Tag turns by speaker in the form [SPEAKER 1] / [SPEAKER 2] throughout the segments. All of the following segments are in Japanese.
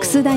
[SPEAKER 1] 楠田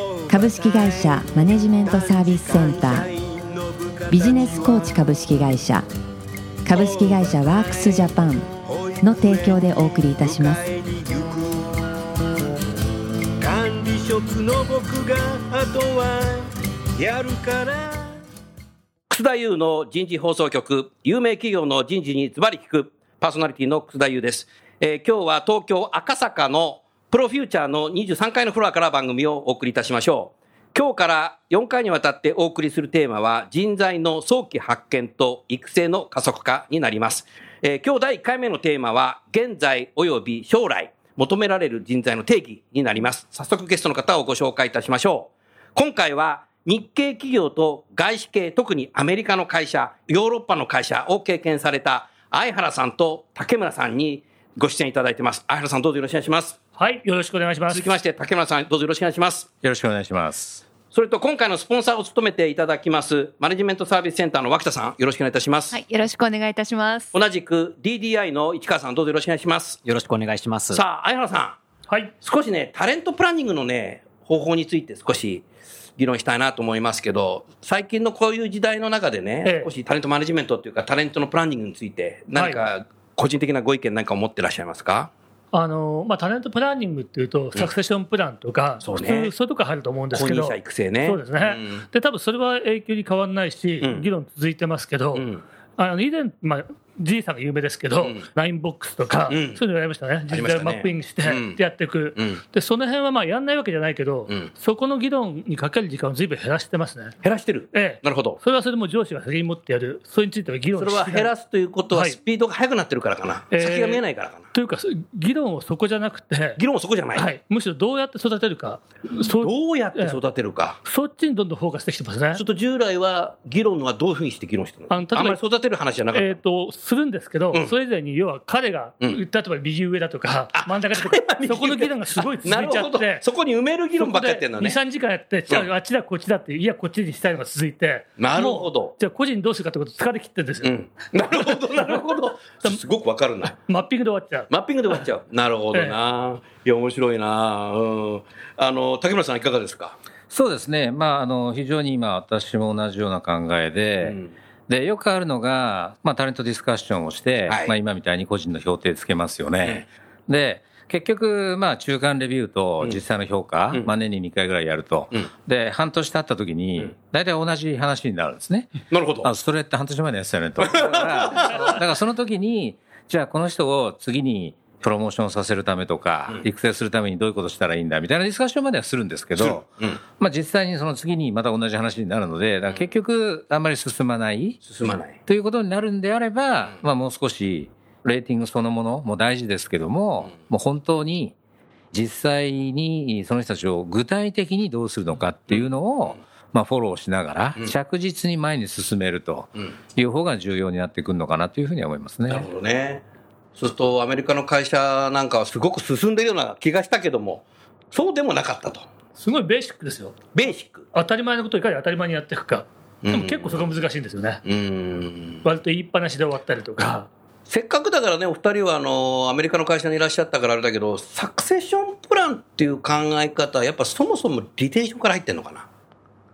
[SPEAKER 1] 株式会社マネジメントサービスセンタービジネスコーチ株式会社株式会社ワークスジャパンの提供でお送りいたします
[SPEAKER 2] 管理職の僕があとはやるから
[SPEAKER 3] 楠田優の人事放送局、有名企業の人事にズバリ聞く、パーソナリティの楠田優です。えー今日は東京赤坂のプロフューチャーの23階のフロアから番組をお送りいたしましょう。今日から4回にわたってお送りするテーマは、人材の早期発見と育成の加速化になります。えー今日第1回目のテーマは、現在及び将来、求められる人材の定義になります。早速ゲストの方をご紹介いたしましょう。今回は日系企業と外資系、特にアメリカの会社、ヨーロッパの会社を経験された相原さんと竹村さんにご出演いただいてます。相原さんどうぞよろしくお願いします。
[SPEAKER 4] はい、よろしくお願いします。
[SPEAKER 3] 続きまして竹村さんどうぞよろしくお願いします。
[SPEAKER 5] よろしくお願いします。
[SPEAKER 3] それと今回のスポンサーを務めていただきます、マネジメントサービスセンターの脇田さんよろしくお願いいたします。
[SPEAKER 6] はい、よろしくお願いいたします。
[SPEAKER 3] 同じく DDI の市川さんどうぞよろしくお願いします。
[SPEAKER 7] よろしくお願いします。
[SPEAKER 3] さあ、相原さん。
[SPEAKER 4] はい、
[SPEAKER 3] 少しね、タレントプランニングのね、方法について少し議論したいなと思いますけど、最近のこういう時代の中でね、
[SPEAKER 4] ええ
[SPEAKER 3] 少しタレントマネジメントっていうか、タレントのプランニングについて、何
[SPEAKER 4] は
[SPEAKER 3] か個人的なご意見なんかを持ってらっしゃいますか、
[SPEAKER 4] あのまあ、タレントプランニングっていうと、サクセションプランとか、
[SPEAKER 3] そうね
[SPEAKER 4] 普通、そういうとこ入ると思うんです
[SPEAKER 3] 後
[SPEAKER 4] け
[SPEAKER 3] 任
[SPEAKER 4] ど、
[SPEAKER 3] 者育成ね。
[SPEAKER 4] そうですねで多分それは永久に変わらないし、
[SPEAKER 3] うん
[SPEAKER 4] 議論続いてますけど、
[SPEAKER 3] うん。うん
[SPEAKER 4] あの以前、まあ、じいさんが有名ですけど、
[SPEAKER 3] うん
[SPEAKER 4] ラインボックスとか、
[SPEAKER 3] うん
[SPEAKER 4] そういうのやりましたね、
[SPEAKER 3] あり
[SPEAKER 4] 人
[SPEAKER 3] ましたね
[SPEAKER 4] 材をマッピングして
[SPEAKER 3] うん
[SPEAKER 4] やっていく、
[SPEAKER 3] うん
[SPEAKER 4] でその辺はまあやんないわけじゃないけど、
[SPEAKER 3] うん
[SPEAKER 4] そこの議論にかける時間をずいぶん減らしてますね。
[SPEAKER 3] 減らしてる。
[SPEAKER 4] ええ
[SPEAKER 3] なるほど。
[SPEAKER 4] それはそれでも上司が責任持ってやる、それについては議論
[SPEAKER 3] そ
[SPEAKER 4] し
[SPEAKER 3] れは減らすということは、
[SPEAKER 4] はい
[SPEAKER 3] スピードが速くなってるからかな、
[SPEAKER 4] ええ
[SPEAKER 3] 先が見えないからかな。
[SPEAKER 4] というか、そ議論をそこじゃなくて、
[SPEAKER 3] 議論はそこじゃない。
[SPEAKER 4] はい、むしろどうやって育てるか、そ
[SPEAKER 3] どうやって育てるか。
[SPEAKER 4] そっちにどんどんフォーカスしてきてますね
[SPEAKER 3] ちょっ。と従来は議論はどういうふうにして議論してるの
[SPEAKER 4] あ
[SPEAKER 3] あ
[SPEAKER 4] の例えば
[SPEAKER 3] んまり育てる話じゃなかった。
[SPEAKER 4] えー、とするんですけど、
[SPEAKER 3] うん
[SPEAKER 4] それ以前に要は彼が、
[SPEAKER 3] うん
[SPEAKER 4] 例えば右上だとか、真ん中だとか、そこの議論がすごい続
[SPEAKER 3] ない
[SPEAKER 4] ち
[SPEAKER 3] る
[SPEAKER 4] ゃ
[SPEAKER 3] ほ
[SPEAKER 4] っ
[SPEAKER 3] ど
[SPEAKER 4] て、
[SPEAKER 3] そこに埋める議論ばっかやってんのね。
[SPEAKER 4] 2、3時間やって、じゃ
[SPEAKER 3] うん
[SPEAKER 4] あ、あっちだ、こっちだって、いや、こっちにしたいのが続いて、
[SPEAKER 3] なるほど
[SPEAKER 4] もうじゃあ、個人どうするかってこと、疲れ切ってるんです
[SPEAKER 3] う
[SPEAKER 4] よ、
[SPEAKER 3] ん。 なるほど、なるほど。すごくわかるな。
[SPEAKER 4] マッピングで終わっちゃう。
[SPEAKER 3] マッピングで終わっちゃう。なるほどな。いや、面白いな。うん。あの、竹村さんいかがですか
[SPEAKER 5] そうですね。まあ、あの、非常に今、私も同じような考え
[SPEAKER 3] う
[SPEAKER 5] で、
[SPEAKER 3] ん。
[SPEAKER 5] で、よくあるのが、まあ、タレントディスカッションをして、
[SPEAKER 3] はい
[SPEAKER 5] まあ、今みたいに個人の評定つけますよね。で、結局、まあ、中間レビューと
[SPEAKER 3] うん
[SPEAKER 5] 実際の評価、
[SPEAKER 3] うん
[SPEAKER 5] まあ、年に2回ぐらいやると。
[SPEAKER 3] うん
[SPEAKER 5] で、半年経った時
[SPEAKER 3] う
[SPEAKER 5] に
[SPEAKER 3] ん、
[SPEAKER 5] 大体同じ話になるんですね。
[SPEAKER 3] なるほど。
[SPEAKER 5] あ、それって半年前のやつだよ ねと。だから、だからその時に、じゃあこの人を次にプロモーションさせるためとか、
[SPEAKER 3] うん
[SPEAKER 5] 育成するためにどういうことしたらいいんだみたいなディスカッションまではするんですけ
[SPEAKER 3] する
[SPEAKER 5] ど、
[SPEAKER 3] うん。
[SPEAKER 5] まあ実際にその次にまた同じ話になるので、だから結局あんまり進まない
[SPEAKER 3] 進まない。
[SPEAKER 5] ということになるんであれば、まあもう少しレーティングそのものも大事ですけども、もう本当に実際にその人たちを具体的にどうするのかっていうのを、まあフォローしながら
[SPEAKER 3] うん
[SPEAKER 5] 着実に前に進めると
[SPEAKER 3] うん。
[SPEAKER 5] いう方が重要になってくるのかなというふうには思います
[SPEAKER 3] なる
[SPEAKER 5] ね。
[SPEAKER 3] ほどね。そうすると、アメリカの会社なんかはすごく進んでるような気がしたけども、そうでもなかったと。
[SPEAKER 4] すごいベーシックですよ、
[SPEAKER 3] ベーシック。
[SPEAKER 4] 当たり前のことをいかに当たり前にやっていくか、でも結構そこが難しいんですよね、
[SPEAKER 3] うん。
[SPEAKER 4] 割と言いっぱなしで終わったりとか、
[SPEAKER 3] せっかくだからね、お二人はあの、アメリカの会社にいらっしゃったからあれだけど、サクセションプランっていう考え方、やっぱそもそもリテンションから入ってんのかな。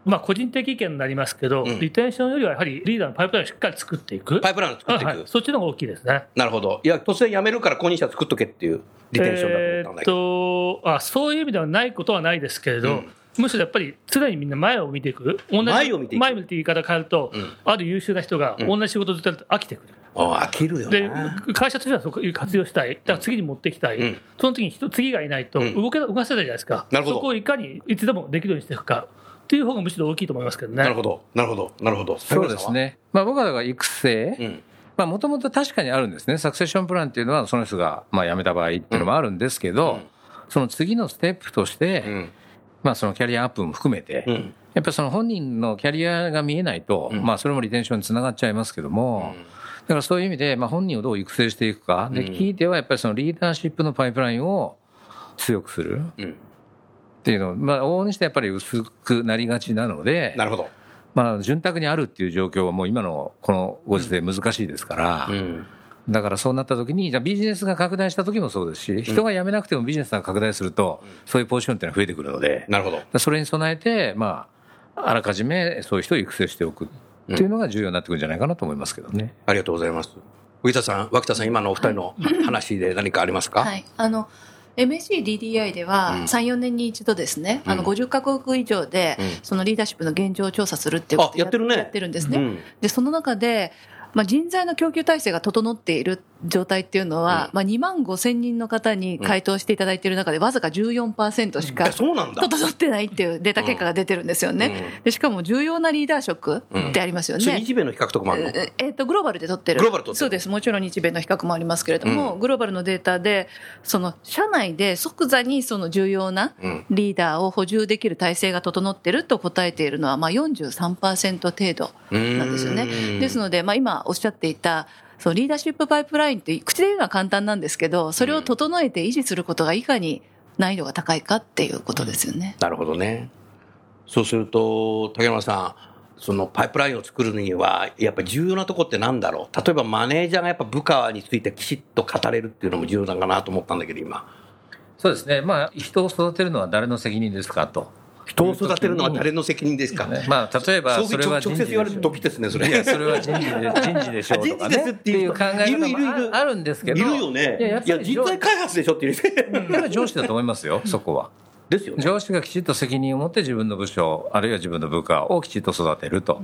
[SPEAKER 4] まあ、個人的意見になりますけど、
[SPEAKER 3] うん
[SPEAKER 4] リテンションよりはやはりリーダーのパイプラインをしっかり作っていく、
[SPEAKER 3] パイプラインを作っていく。
[SPEAKER 4] はいはいそっちの方が大きいですね。
[SPEAKER 3] なるほど。いや、突然辞めるから後任者作っとけっていうリテンションだと思ったんだけど。
[SPEAKER 4] えーっとあそういう意味ではないことはないですけれど、
[SPEAKER 3] うん
[SPEAKER 4] むしろやっぱり常にみんな前を見ていく、同じ
[SPEAKER 3] 前を見ていく
[SPEAKER 4] 前を見て言い方変えると、
[SPEAKER 3] うん
[SPEAKER 4] ある優秀な人が
[SPEAKER 3] うん
[SPEAKER 4] 同じ仕事ずっとやると飽きてくる、
[SPEAKER 3] あー飽きるよ
[SPEAKER 4] で
[SPEAKER 3] な。
[SPEAKER 4] 会社としてはそこ活用したい、だから次に持っていきたい、
[SPEAKER 3] うん
[SPEAKER 4] その次に人次がいないと
[SPEAKER 3] うん
[SPEAKER 4] 動け、動かせないじゃないですか、
[SPEAKER 3] なるほど
[SPEAKER 4] そこをいかにいつでもできるようにしていくかっていう方がむしろ大きいと思いますけどね。
[SPEAKER 3] なるほど。なるほど。なるほど。
[SPEAKER 5] そうですね。まあ僕はだから育成、
[SPEAKER 3] 竹村さんは。うん。
[SPEAKER 5] まあ、もともと確かにあるんですね。サクセションプランっていうのは、その人が、まあ、辞めた場合っていうのもあるんですけど、
[SPEAKER 3] うん
[SPEAKER 5] その次のステップとして、
[SPEAKER 3] うん
[SPEAKER 5] ままあそのキャリアアップも含めて、
[SPEAKER 3] うん
[SPEAKER 5] やっぱその本人のキャリアが見えないと、
[SPEAKER 3] うん
[SPEAKER 5] まあそれもリテンションにつながっちゃいますけども、だからそういう意味で、まあ本人をどう育成していくか、で、
[SPEAKER 3] うん
[SPEAKER 5] 聞いてはやっぱりそのリーダーシップのパイプラインを強くするっ
[SPEAKER 3] うん
[SPEAKER 5] ていうのを、まあ往々にしてやっぱり薄くなりがちなので、
[SPEAKER 3] なるほど。
[SPEAKER 5] まあ潤沢にあるっていう状況はもう今のこのご時世難しいですから、
[SPEAKER 3] うん
[SPEAKER 5] だからそうなった時に、じゃあビジネスが拡大した時もそうですし、人が辞めなくてもビジネスが拡大すると、そういうポジションっていうのは増えてくるので、
[SPEAKER 3] なるほど。
[SPEAKER 5] それに備えて、まあ、あらかじめそういう人を育成しておくっていうのが重要になってくるんじゃないかなと思いますけどね。
[SPEAKER 3] ありがとうございます。浮田さん、脇田さん、今のお二人の話で何かありますか、
[SPEAKER 6] はい、あの MSCDDI では
[SPEAKER 3] うん
[SPEAKER 6] 3、4年に一度ですね、あの
[SPEAKER 3] うん
[SPEAKER 6] 50カ国以上で、
[SPEAKER 3] うん
[SPEAKER 6] そのリーダーシップの現状を調査するっていうこと
[SPEAKER 3] あやってるね
[SPEAKER 6] やってるんです
[SPEAKER 3] う
[SPEAKER 6] ね。
[SPEAKER 3] ん
[SPEAKER 6] でその中で、まあ、人材の供給体制が整っている状態っていうのは、
[SPEAKER 3] う
[SPEAKER 6] まあ、2万5千人の方に回答していただいている中で、わずか14%しか
[SPEAKER 3] えそうなんだ。
[SPEAKER 6] 整ってないっていうデータ結果が出てるんですよね。
[SPEAKER 3] うん
[SPEAKER 6] でしかも重要なリーダー職ってありますよね。
[SPEAKER 3] それ日米の比較とかもあるの、
[SPEAKER 6] ええっとグローバルで取ってる
[SPEAKER 3] グローバル取ってる
[SPEAKER 6] そうですもちろん日米の比較もありますけれども、
[SPEAKER 3] う
[SPEAKER 6] グローバルのデータでその社内で即座にその重要な
[SPEAKER 3] うん
[SPEAKER 6] リーダーを補充できる体制が整ってると答えているのは、まあ、43%程度なんですよね。ですので、まあ、今おっしゃっていたそのリーダーシップパイプラインって口で言うのは簡単なんですけどそれを整えて維持することがいかに難易度が高いかっていうことですよね。
[SPEAKER 3] なるほどね。そうすると、竹山さん、そのパイプラインを作るには、やっぱ重要なとこってなんだろう例えばマネージャーがやっぱ部下についてきちっと語れるっていうのも重要なのかなと思ったんだけど、今。
[SPEAKER 5] そうですね。まあ、人を育てるのは誰の責任ですかと。
[SPEAKER 3] 人を育てるのは誰の責任ですか、
[SPEAKER 5] まあ、例えば、
[SPEAKER 3] そう
[SPEAKER 5] それ
[SPEAKER 3] 直
[SPEAKER 5] は人
[SPEAKER 3] 直
[SPEAKER 5] 事
[SPEAKER 3] 接
[SPEAKER 5] で
[SPEAKER 3] 言われると時ですね、それ。
[SPEAKER 5] いや、それは人事で 人事でしょうとか
[SPEAKER 3] あ人事です
[SPEAKER 5] ね。
[SPEAKER 3] っ
[SPEAKER 5] ってて
[SPEAKER 3] い
[SPEAKER 5] いうう
[SPEAKER 3] 人
[SPEAKER 5] 考え
[SPEAKER 3] いる
[SPEAKER 5] 方
[SPEAKER 3] いるいる
[SPEAKER 5] もああるんですけ
[SPEAKER 3] い
[SPEAKER 5] ど。
[SPEAKER 3] るよね。
[SPEAKER 5] いやや
[SPEAKER 3] い
[SPEAKER 5] っぱ
[SPEAKER 3] や、
[SPEAKER 5] り
[SPEAKER 3] 人材開発でしょって言う ね。
[SPEAKER 5] やっぱり上司だと思いますよ、そこは。
[SPEAKER 3] ですよね。
[SPEAKER 5] 上司がきちっと責任を持って自分の部署、あるいは自分の部下をきちっと育てると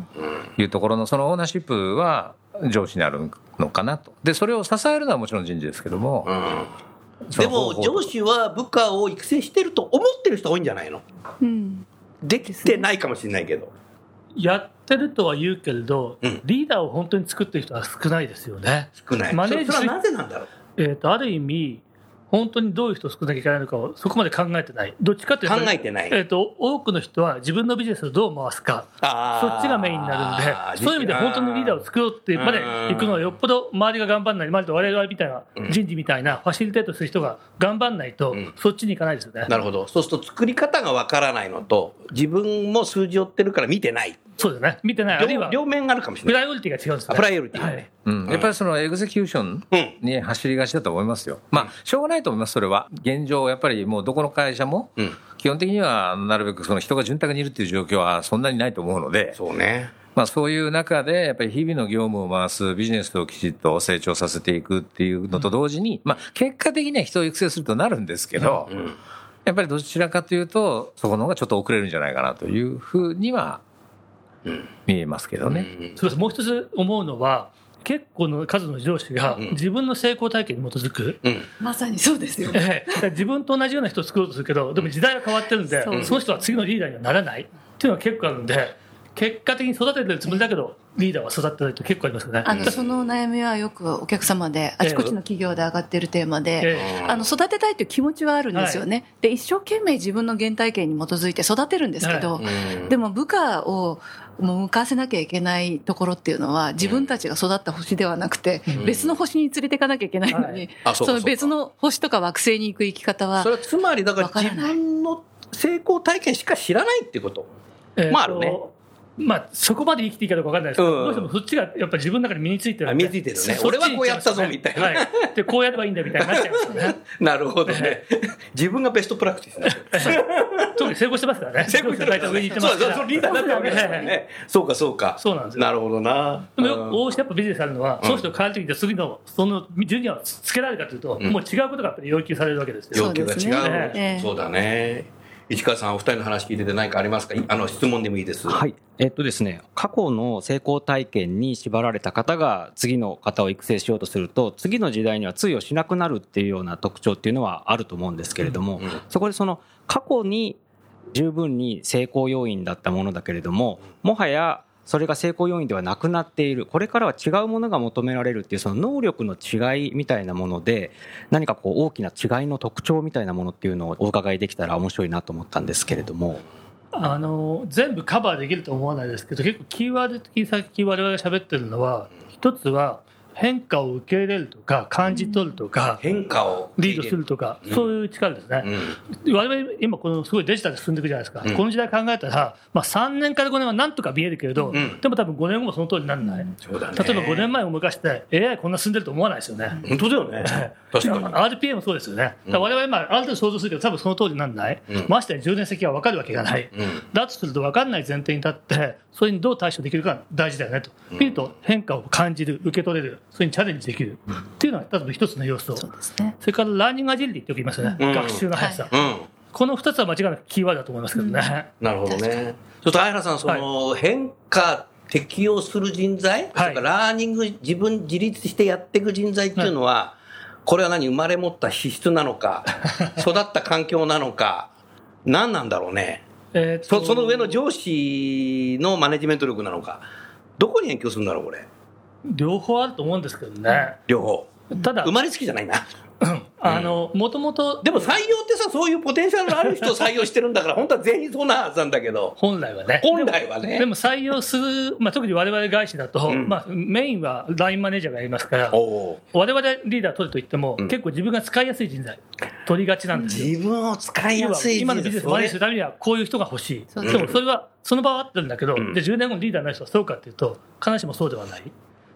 [SPEAKER 5] いうところの、そのオーナーシップは上司にあるのかなと。で、それを支えるのはもちろん人事ですけども。
[SPEAKER 3] うん
[SPEAKER 5] そ
[SPEAKER 3] で
[SPEAKER 5] の方法
[SPEAKER 3] も上司は部下を育成してると思ってる人多いんじゃないの
[SPEAKER 6] うん
[SPEAKER 3] できてないかもしれないけど、
[SPEAKER 4] やってるとは言うけれど、
[SPEAKER 3] うん
[SPEAKER 4] リーダーを本当に作ってる人は少ないですよね。
[SPEAKER 3] 少ない
[SPEAKER 4] マネージャー
[SPEAKER 3] それはなぜなんだろう
[SPEAKER 4] えー、とある意味、本当にどういう人を作らなきゃいけないのかをそこまで考えてない、どっちかというと、
[SPEAKER 3] 考えてない
[SPEAKER 4] えー、と多くの人は自分のビジネスをどう回すか、
[SPEAKER 3] あ
[SPEAKER 4] そ
[SPEAKER 3] ー
[SPEAKER 4] っちがメインにな
[SPEAKER 3] あ
[SPEAKER 4] るん
[SPEAKER 3] ー
[SPEAKER 4] で、そういう意味で本当にリーダーを作ろうってまで行くのは、よっぽど周りが頑張んない、周りと我々みたいな
[SPEAKER 3] うん
[SPEAKER 4] 人事みたいなファシリテートする人が頑張んないと、
[SPEAKER 3] うん
[SPEAKER 4] そっちに行かないですよね。
[SPEAKER 3] なるほどそうすると作り方がわからないのと自分も数字を追ってるから見てない
[SPEAKER 4] そうだね、見てない、あるい
[SPEAKER 3] 両
[SPEAKER 4] は
[SPEAKER 3] 両面があるかもし
[SPEAKER 4] プ
[SPEAKER 3] れな
[SPEAKER 4] ラ
[SPEAKER 3] い
[SPEAKER 4] イオリティが違うんです
[SPEAKER 3] あ
[SPEAKER 4] ね。
[SPEAKER 3] プライオリティがね
[SPEAKER 4] はい
[SPEAKER 5] うん、やっぱりそのエグゼキューション
[SPEAKER 3] うん
[SPEAKER 5] に走りがちだと思いますよ。まあ、しょうがないと思います、それは。現状、やっぱりもうどこの会社も、
[SPEAKER 3] うん
[SPEAKER 5] 基本的にはなるべくその人が潤沢にいるっていう状況はそんなにないと思うので、
[SPEAKER 3] そうね
[SPEAKER 5] まあそういう中で、やっぱり日々の業務を回す、ビジネスをきちっと成長させていくっていうのと同時に、まあ結果的には人を育成するとなるんですけど、
[SPEAKER 3] うん
[SPEAKER 5] やっぱりどちらかというと、そこの方がちょっと遅れるんじゃないかなというふうには
[SPEAKER 3] うん
[SPEAKER 5] 見えますけどね。
[SPEAKER 3] うん
[SPEAKER 4] そうですもう一つ思うのは結構の数の上司が
[SPEAKER 3] うん
[SPEAKER 4] 自分の成功体験に基づく、
[SPEAKER 3] うん
[SPEAKER 6] まさにそうですよね。
[SPEAKER 4] ええだから自分と同じような人を作ろうとするけどでも時代が変わってるんで
[SPEAKER 6] そ
[SPEAKER 4] そう
[SPEAKER 6] です
[SPEAKER 4] の人は次のリーダーにはならないっていうのが結構あるんで結果的に育ててるつもりだけどリーダーは育ってないと結構ありますよね。
[SPEAKER 6] あのその悩みはよくお客様であちこちの企業で上がってるテーマで、
[SPEAKER 4] ええ
[SPEAKER 6] あの育てたいという気持ちはあるんですよね、で一生懸命自分の原体験に基づいて育てるんですけど、
[SPEAKER 3] うん
[SPEAKER 6] でも部下をもう向かわせなきゃいけないところっていうのは、自分たちが育った星ではなくて、
[SPEAKER 4] ん
[SPEAKER 6] 別の星に連れていかなきゃいけないの
[SPEAKER 4] は
[SPEAKER 6] に
[SPEAKER 4] い、
[SPEAKER 3] あそうか
[SPEAKER 6] その別の星とか惑星に行く生き方は
[SPEAKER 3] そ、れはつまりだから
[SPEAKER 6] わから
[SPEAKER 3] 自
[SPEAKER 6] ない
[SPEAKER 3] 分の成功体験しか知らないってこと
[SPEAKER 4] ええ
[SPEAKER 3] まああるね
[SPEAKER 4] まあ、そこまで生きていいかどうかわかんないですけど、
[SPEAKER 3] うん
[SPEAKER 4] どうしてもそっちがやっぱり自分の中で身についてるんで
[SPEAKER 3] あ身についてるね
[SPEAKER 4] そっちに
[SPEAKER 3] 俺はこうやったぞみたいな
[SPEAKER 4] はでこうやればいいんだみたいになっちゃいますよね
[SPEAKER 3] なるほど ね自分がベストプラクティスになってる
[SPEAKER 4] 特に成功してますからね
[SPEAKER 3] 成功してるから
[SPEAKER 4] 大
[SPEAKER 3] ね
[SPEAKER 4] 体上に行ってま
[SPEAKER 3] そう
[SPEAKER 4] すか
[SPEAKER 3] だ
[SPEAKER 4] ら
[SPEAKER 3] そうリーダーになったわけですからねそうかそうか
[SPEAKER 4] そうなんですよ
[SPEAKER 3] なるほどな
[SPEAKER 4] でもよく
[SPEAKER 3] うん
[SPEAKER 4] 応してやっぱビジネスあるのは、その人が変わるときに次のその順位をつつけられるかというと、
[SPEAKER 3] うん
[SPEAKER 4] もう違うことがやっぱり要求されるわけですよ。
[SPEAKER 3] 要求が違う
[SPEAKER 6] そう
[SPEAKER 4] です
[SPEAKER 6] ね
[SPEAKER 3] そうだね市川さんお二人の話聞いてて何かありますかいあの質問でもいいです
[SPEAKER 7] はい。えっとですね、過去の成功体験に縛られた方が次の方を育成しようとすると、次の時代には通用しなくなるっていうような特徴っていうのはあると思うんですけれども、
[SPEAKER 3] うん
[SPEAKER 7] そこでその過去に十分に成功要因だったものだけれども、もはやそれが成功要因ではなくなっているこれからは違うものが求められるっていうその能力の違いみたいなもので何かこう大きな違いの特徴みたいなものっていうのをお伺いできたら面白いなと思ったんですけれども。
[SPEAKER 4] あの全部カバーできると思わないですけど結構キーワード的に最近我々が喋ってるのは一つは変化を受け入れるとか感じ取るとか、
[SPEAKER 3] 変化を
[SPEAKER 4] リードするとか、
[SPEAKER 3] うん
[SPEAKER 4] そういう力ですね、我々今このすごいデジタルで進んでいくじゃないですか、
[SPEAKER 3] うん
[SPEAKER 4] この時代考えたら、まあ、3年から5年はなんとか見えるけれど、
[SPEAKER 3] うん
[SPEAKER 4] でも多分5年後もその通りにならない、
[SPEAKER 3] そうだね
[SPEAKER 4] 例えば5年前を思い返して AI こんな進んでると思わないですよね、
[SPEAKER 3] 本当だよね確かに
[SPEAKER 4] RPA もそうですよね、だから我々、まあ、ある程度想像するけど、多分その通りにならない、
[SPEAKER 3] うん
[SPEAKER 4] ましてや10年先は分かるわけがない、
[SPEAKER 3] うん
[SPEAKER 4] だとすると分かんない前提に立って、それにどう対処できるかが大事だよねと、見ると変化を感じる、受け取れる、それにチャレンジできるっていうのが、多分一つの要素、
[SPEAKER 6] そう
[SPEAKER 4] そ
[SPEAKER 6] ですね。
[SPEAKER 4] れからラーニングアジリティってよく言いますよね、
[SPEAKER 3] うん
[SPEAKER 4] 学習の速さ、
[SPEAKER 3] うん
[SPEAKER 4] この2つは間違いなくキーワードだと思いますけどね。
[SPEAKER 3] なるほどね。ちょっと、あやらさん、その、変化、適応する人材、
[SPEAKER 4] はい
[SPEAKER 3] それからラーニング、自分自立してやっていく人材っていうのは、これは何、生まれ持った資質なのか、育った環境なのか、何なんだろうね。
[SPEAKER 4] えーっと
[SPEAKER 3] そその上の上司のマネジメント力なのか、どこに影響するんだろう、これ。
[SPEAKER 4] 両方あると思うんですけどね、
[SPEAKER 3] 両方。
[SPEAKER 4] ただ
[SPEAKER 3] 生、まれつきじゃないな。
[SPEAKER 4] もともと
[SPEAKER 3] でも採用ってさ、そういうポテンシャルのある人を採用してるんだ から、本当は全員そうなはずなんだけど、
[SPEAKER 4] 本来はね、
[SPEAKER 3] 本来はね。
[SPEAKER 4] でも採用する、まあ、特に我々外資だと、
[SPEAKER 3] うん
[SPEAKER 4] まあ、メインは LINE マネージャーがやりますから、
[SPEAKER 3] おう
[SPEAKER 4] 我々リーダー取ると言っても、
[SPEAKER 3] ん
[SPEAKER 4] 結構自分が使いやすい人材、取りがちなんですよ。
[SPEAKER 3] 自分を使い
[SPEAKER 4] 要
[SPEAKER 3] や
[SPEAKER 4] は
[SPEAKER 3] すい
[SPEAKER 4] 今のビジネスをマネージ
[SPEAKER 3] それ
[SPEAKER 4] するためには、こういう人が欲しい、
[SPEAKER 6] そう
[SPEAKER 4] でもそれはその場は合ってるんだけど、
[SPEAKER 3] ん
[SPEAKER 4] で10年後のリーダーになる人はそうかっていうと、必ずしもそうではない、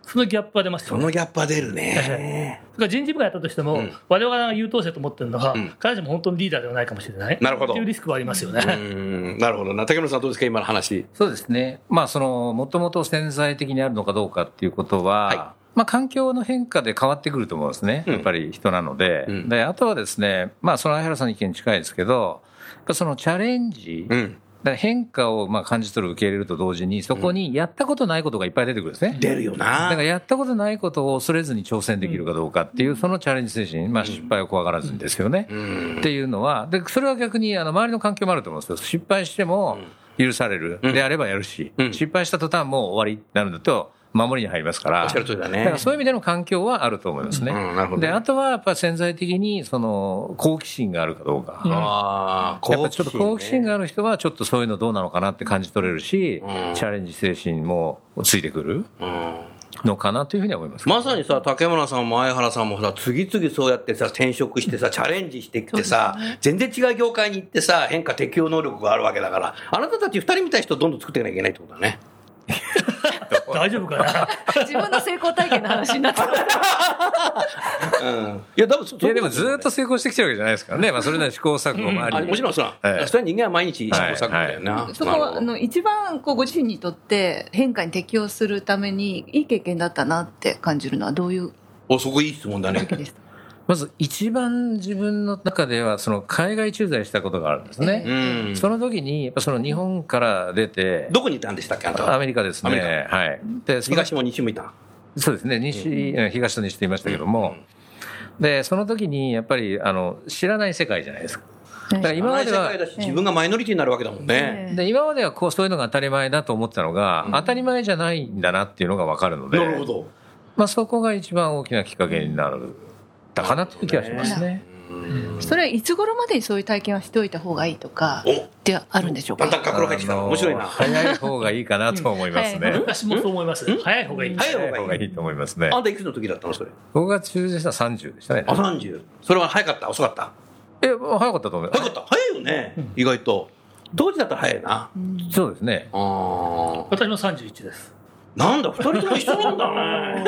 [SPEAKER 4] そのギャップが出ます
[SPEAKER 3] そ
[SPEAKER 4] よ
[SPEAKER 3] の
[SPEAKER 4] ね。
[SPEAKER 3] ギャップは出る ね。
[SPEAKER 4] だから人事部がやったとしても、
[SPEAKER 3] うん
[SPEAKER 4] 我々が優等生と思ってるのは、
[SPEAKER 3] うん
[SPEAKER 4] 彼女も本当にリーダーではないかもしれない
[SPEAKER 3] なるほど
[SPEAKER 4] っていうリスクはありますよね。
[SPEAKER 3] うんなるほどな。竹村さんどうですか今の話。
[SPEAKER 5] そうですね。まあ、その、もともと潜在的にあるのかどうかっていうことは、
[SPEAKER 3] はい
[SPEAKER 5] まあ、環境の変化で変わってくると思うんですね。
[SPEAKER 3] うん
[SPEAKER 5] やっぱり人なので。
[SPEAKER 3] うん
[SPEAKER 5] で、あとはですね、まあ、その相原さんの意見に近いですけど、やっぱそのチャレンジ、だ
[SPEAKER 3] ん。
[SPEAKER 5] から変化をまあ感じ取る、受け入れると同時に、そこにやったことないことがいっぱい出てくるんですね。
[SPEAKER 3] 出るよ
[SPEAKER 5] だから
[SPEAKER 3] な。
[SPEAKER 5] やったことないことを恐れずに挑戦できるかどうかっていう、そのチャレンジ精神、まあ、失敗を怖がらずにですよね。
[SPEAKER 3] うん
[SPEAKER 5] っていうのは、でそれは逆にあの周りの環境もあると思うんですよ、失敗しても許される、
[SPEAKER 3] うん
[SPEAKER 5] であればやるし、
[SPEAKER 3] うん
[SPEAKER 5] 失敗した途端もう終わりになるのと、守りに入りますから、
[SPEAKER 3] おっしゃる通りだ
[SPEAKER 5] だか
[SPEAKER 3] ね
[SPEAKER 5] ら。そういう意味での環境はあると思いますね。
[SPEAKER 3] うんなるほど
[SPEAKER 5] であとはやっぱ潜在的にその好奇心があるかどうか。
[SPEAKER 3] ああ、
[SPEAKER 5] やっぱちょっと好奇心
[SPEAKER 3] ね
[SPEAKER 5] がある人は、ちょっとそういうのどうなのかなって感じ取れるし、
[SPEAKER 3] うん
[SPEAKER 5] チャレンジ精神もついてくる
[SPEAKER 3] うん
[SPEAKER 5] のかなというふうには思います。
[SPEAKER 3] まさにさ、竹村さんも相原さんもさ、次々そうやってさ、転職してさ、チャレンジしてきてさ、全然違う業界に行ってさ、変化適応能力があるわけだから、あなたたち二人みたいな人をどんどん作っていかなきゃいけないってことだね。
[SPEAKER 4] 大丈夫かな
[SPEAKER 6] 自分の成功体験の話に なってます。
[SPEAKER 3] うん。いや、多分そ
[SPEAKER 5] いやでもずっと成功してきてるわけじゃないですからね、まあ、それなりに試行錯誤もあり、
[SPEAKER 3] あもちろんさ、
[SPEAKER 5] ええ
[SPEAKER 3] それは人間は毎日試行錯誤だよな。
[SPEAKER 6] そこは
[SPEAKER 3] な
[SPEAKER 6] あ
[SPEAKER 3] るほど
[SPEAKER 6] の一番こうご自身にとって変化に適応するためにいい経験だったなって感じるのはどういう
[SPEAKER 3] お、そこいい質問だね。
[SPEAKER 6] 時でした
[SPEAKER 5] まず一番自分の中では、その海外駐在したことがあるんです
[SPEAKER 3] う
[SPEAKER 5] ね。
[SPEAKER 3] ん。
[SPEAKER 5] その時に、やっぱその日本から出て、
[SPEAKER 3] どこにいたんでしたっけ、あんた
[SPEAKER 5] ア
[SPEAKER 3] は。
[SPEAKER 5] メリカです
[SPEAKER 3] アメリ
[SPEAKER 5] ね。はい。で、その
[SPEAKER 3] 東も西もいた。
[SPEAKER 5] そうですね。西、うん東と西と言いましたけども、で、その時に、やっぱり、あの、知らない世界じゃないですか。だから今まで
[SPEAKER 3] 世界
[SPEAKER 5] は、
[SPEAKER 3] だし、自分がマイノリティになるわけだもんね。
[SPEAKER 5] で今まではこうそういうのが当たり前だと思ってたのが、当たり前じゃないんだなっていうのが分かるので、
[SPEAKER 3] なるほど。
[SPEAKER 5] まあ、そこが一番大きなきっかけになるたかなという気がしますね。
[SPEAKER 6] それはいつ頃までにそういう体験はしておいた方がいいとか
[SPEAKER 3] お
[SPEAKER 6] ってあるんでしょう
[SPEAKER 3] だんだ
[SPEAKER 6] か
[SPEAKER 3] ん角度が来てた。面白い
[SPEAKER 5] あの
[SPEAKER 3] な。
[SPEAKER 5] 早い方がいいかなと思いますね。
[SPEAKER 4] 私もそう思います、早い方がいい、
[SPEAKER 3] 早
[SPEAKER 5] 早
[SPEAKER 3] い
[SPEAKER 5] い
[SPEAKER 3] 方
[SPEAKER 5] 方
[SPEAKER 3] が
[SPEAKER 5] が
[SPEAKER 3] いい。
[SPEAKER 5] いいと思いますね
[SPEAKER 3] あ。んたいくつの時だったのそれ。
[SPEAKER 5] 僕が中絶したのは30でしたね
[SPEAKER 3] あ、。30。それは早かった遅かった
[SPEAKER 5] え、もう早かったと思います
[SPEAKER 3] 早。かった早いよね。意外と。当時だったら早いな。
[SPEAKER 5] そうですね。
[SPEAKER 3] あー
[SPEAKER 4] 私も31です。
[SPEAKER 3] なんだ、二人とも一緒なん だね。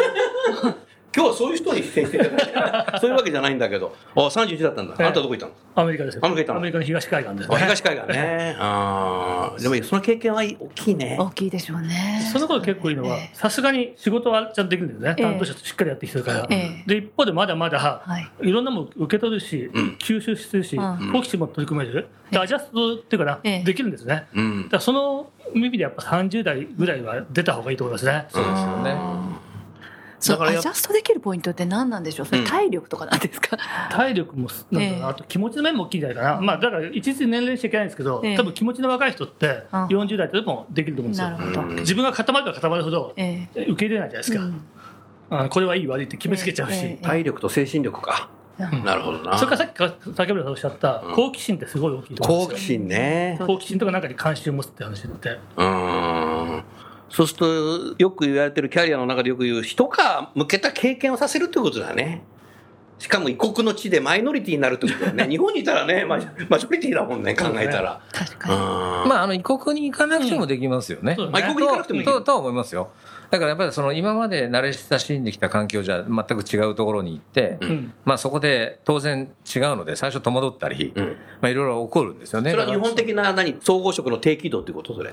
[SPEAKER 3] 今日はそういう人に出演していただいて、そういうわけじゃないんだけど、あ、31だったんだ。あんたどこ行ったの
[SPEAKER 4] アメリカですよ。
[SPEAKER 3] アメリカ行ったの
[SPEAKER 4] の東海岸です、
[SPEAKER 3] あ東海岸ね。あーでも、その経験は大きいね。
[SPEAKER 6] 大きいでしょうね
[SPEAKER 4] その頃結構いいのは、さすがに仕事はちゃんとできるんだよね、
[SPEAKER 6] ええ
[SPEAKER 4] 担当者としっかりやってきてるから、
[SPEAKER 6] ええ
[SPEAKER 4] で一方でまだまだ、
[SPEAKER 6] はい
[SPEAKER 4] い、ろんなもの受け取るし、吸収するし、
[SPEAKER 6] うん
[SPEAKER 4] 好奇心も取り組める、
[SPEAKER 6] ええ
[SPEAKER 4] でアジャストっていうかな、
[SPEAKER 6] ええ
[SPEAKER 4] できるんですね、
[SPEAKER 3] う
[SPEAKER 4] だ
[SPEAKER 3] ん
[SPEAKER 4] か。らその意味でやっぱ30代ぐらいは出た方がいいと思いますね、
[SPEAKER 5] そうですよね。
[SPEAKER 6] そ
[SPEAKER 4] だ
[SPEAKER 6] う
[SPEAKER 4] から
[SPEAKER 6] ア
[SPEAKER 4] やっ
[SPEAKER 6] ジャストできるポイントって何なんでしょうそれ体力とかなんですか、
[SPEAKER 4] 体力もすなんだろうな
[SPEAKER 6] ええ
[SPEAKER 4] あと気持ちの面も大きいんじゃないかな、まあ、だから一律に年齢にしちゃいけないんですけど、
[SPEAKER 6] ええ
[SPEAKER 4] 多分気持ちの若い人って
[SPEAKER 6] うん
[SPEAKER 4] 40代でもできると思うんです
[SPEAKER 6] なる
[SPEAKER 4] よ
[SPEAKER 6] ほど、
[SPEAKER 4] 自分が固まれば固まるほど
[SPEAKER 6] え
[SPEAKER 4] 受け入れないじゃないです
[SPEAKER 6] え
[SPEAKER 4] か、
[SPEAKER 6] うん
[SPEAKER 4] あこれはいい悪いって決めつけちゃうし、
[SPEAKER 6] えええ
[SPEAKER 3] 体力と精神力か。
[SPEAKER 6] うん
[SPEAKER 3] なるほどな
[SPEAKER 4] それ。からさっきか竹村さんおっしゃった
[SPEAKER 3] うん
[SPEAKER 4] 好奇心ってすごい大きいと思
[SPEAKER 3] 好
[SPEAKER 4] うんで
[SPEAKER 3] 奇
[SPEAKER 4] すよ
[SPEAKER 3] 心ね。
[SPEAKER 4] 好奇心とかなんかに関心を持つって話って
[SPEAKER 3] うーんそうすると、よく言われてるキャリアの中でよく言う、人が向けた経験をさせるということだね。しかも異国の地でマイノリティになるってことだよね。日本にいたらね、マジマジョリティだもんね、考えたら。
[SPEAKER 6] 確
[SPEAKER 3] う
[SPEAKER 6] か
[SPEAKER 3] ー
[SPEAKER 6] に、
[SPEAKER 3] ん
[SPEAKER 5] まあ、あの、異国に行かなくてもできますよね。
[SPEAKER 4] そうだね
[SPEAKER 3] まあ異国に行かなくてもいいけ
[SPEAKER 5] と
[SPEAKER 3] ど
[SPEAKER 5] とは思いますよ。だからやっぱりその今まで慣れ親しんできた環境じゃ全く違うところに行って、
[SPEAKER 3] うん
[SPEAKER 4] うん
[SPEAKER 5] まあそこで当然違うので最初戸惑ったり、
[SPEAKER 3] うん
[SPEAKER 5] まあいろいろ起こるんですよね。
[SPEAKER 3] それは日本的な何総合職の低軌道っていうことそれ。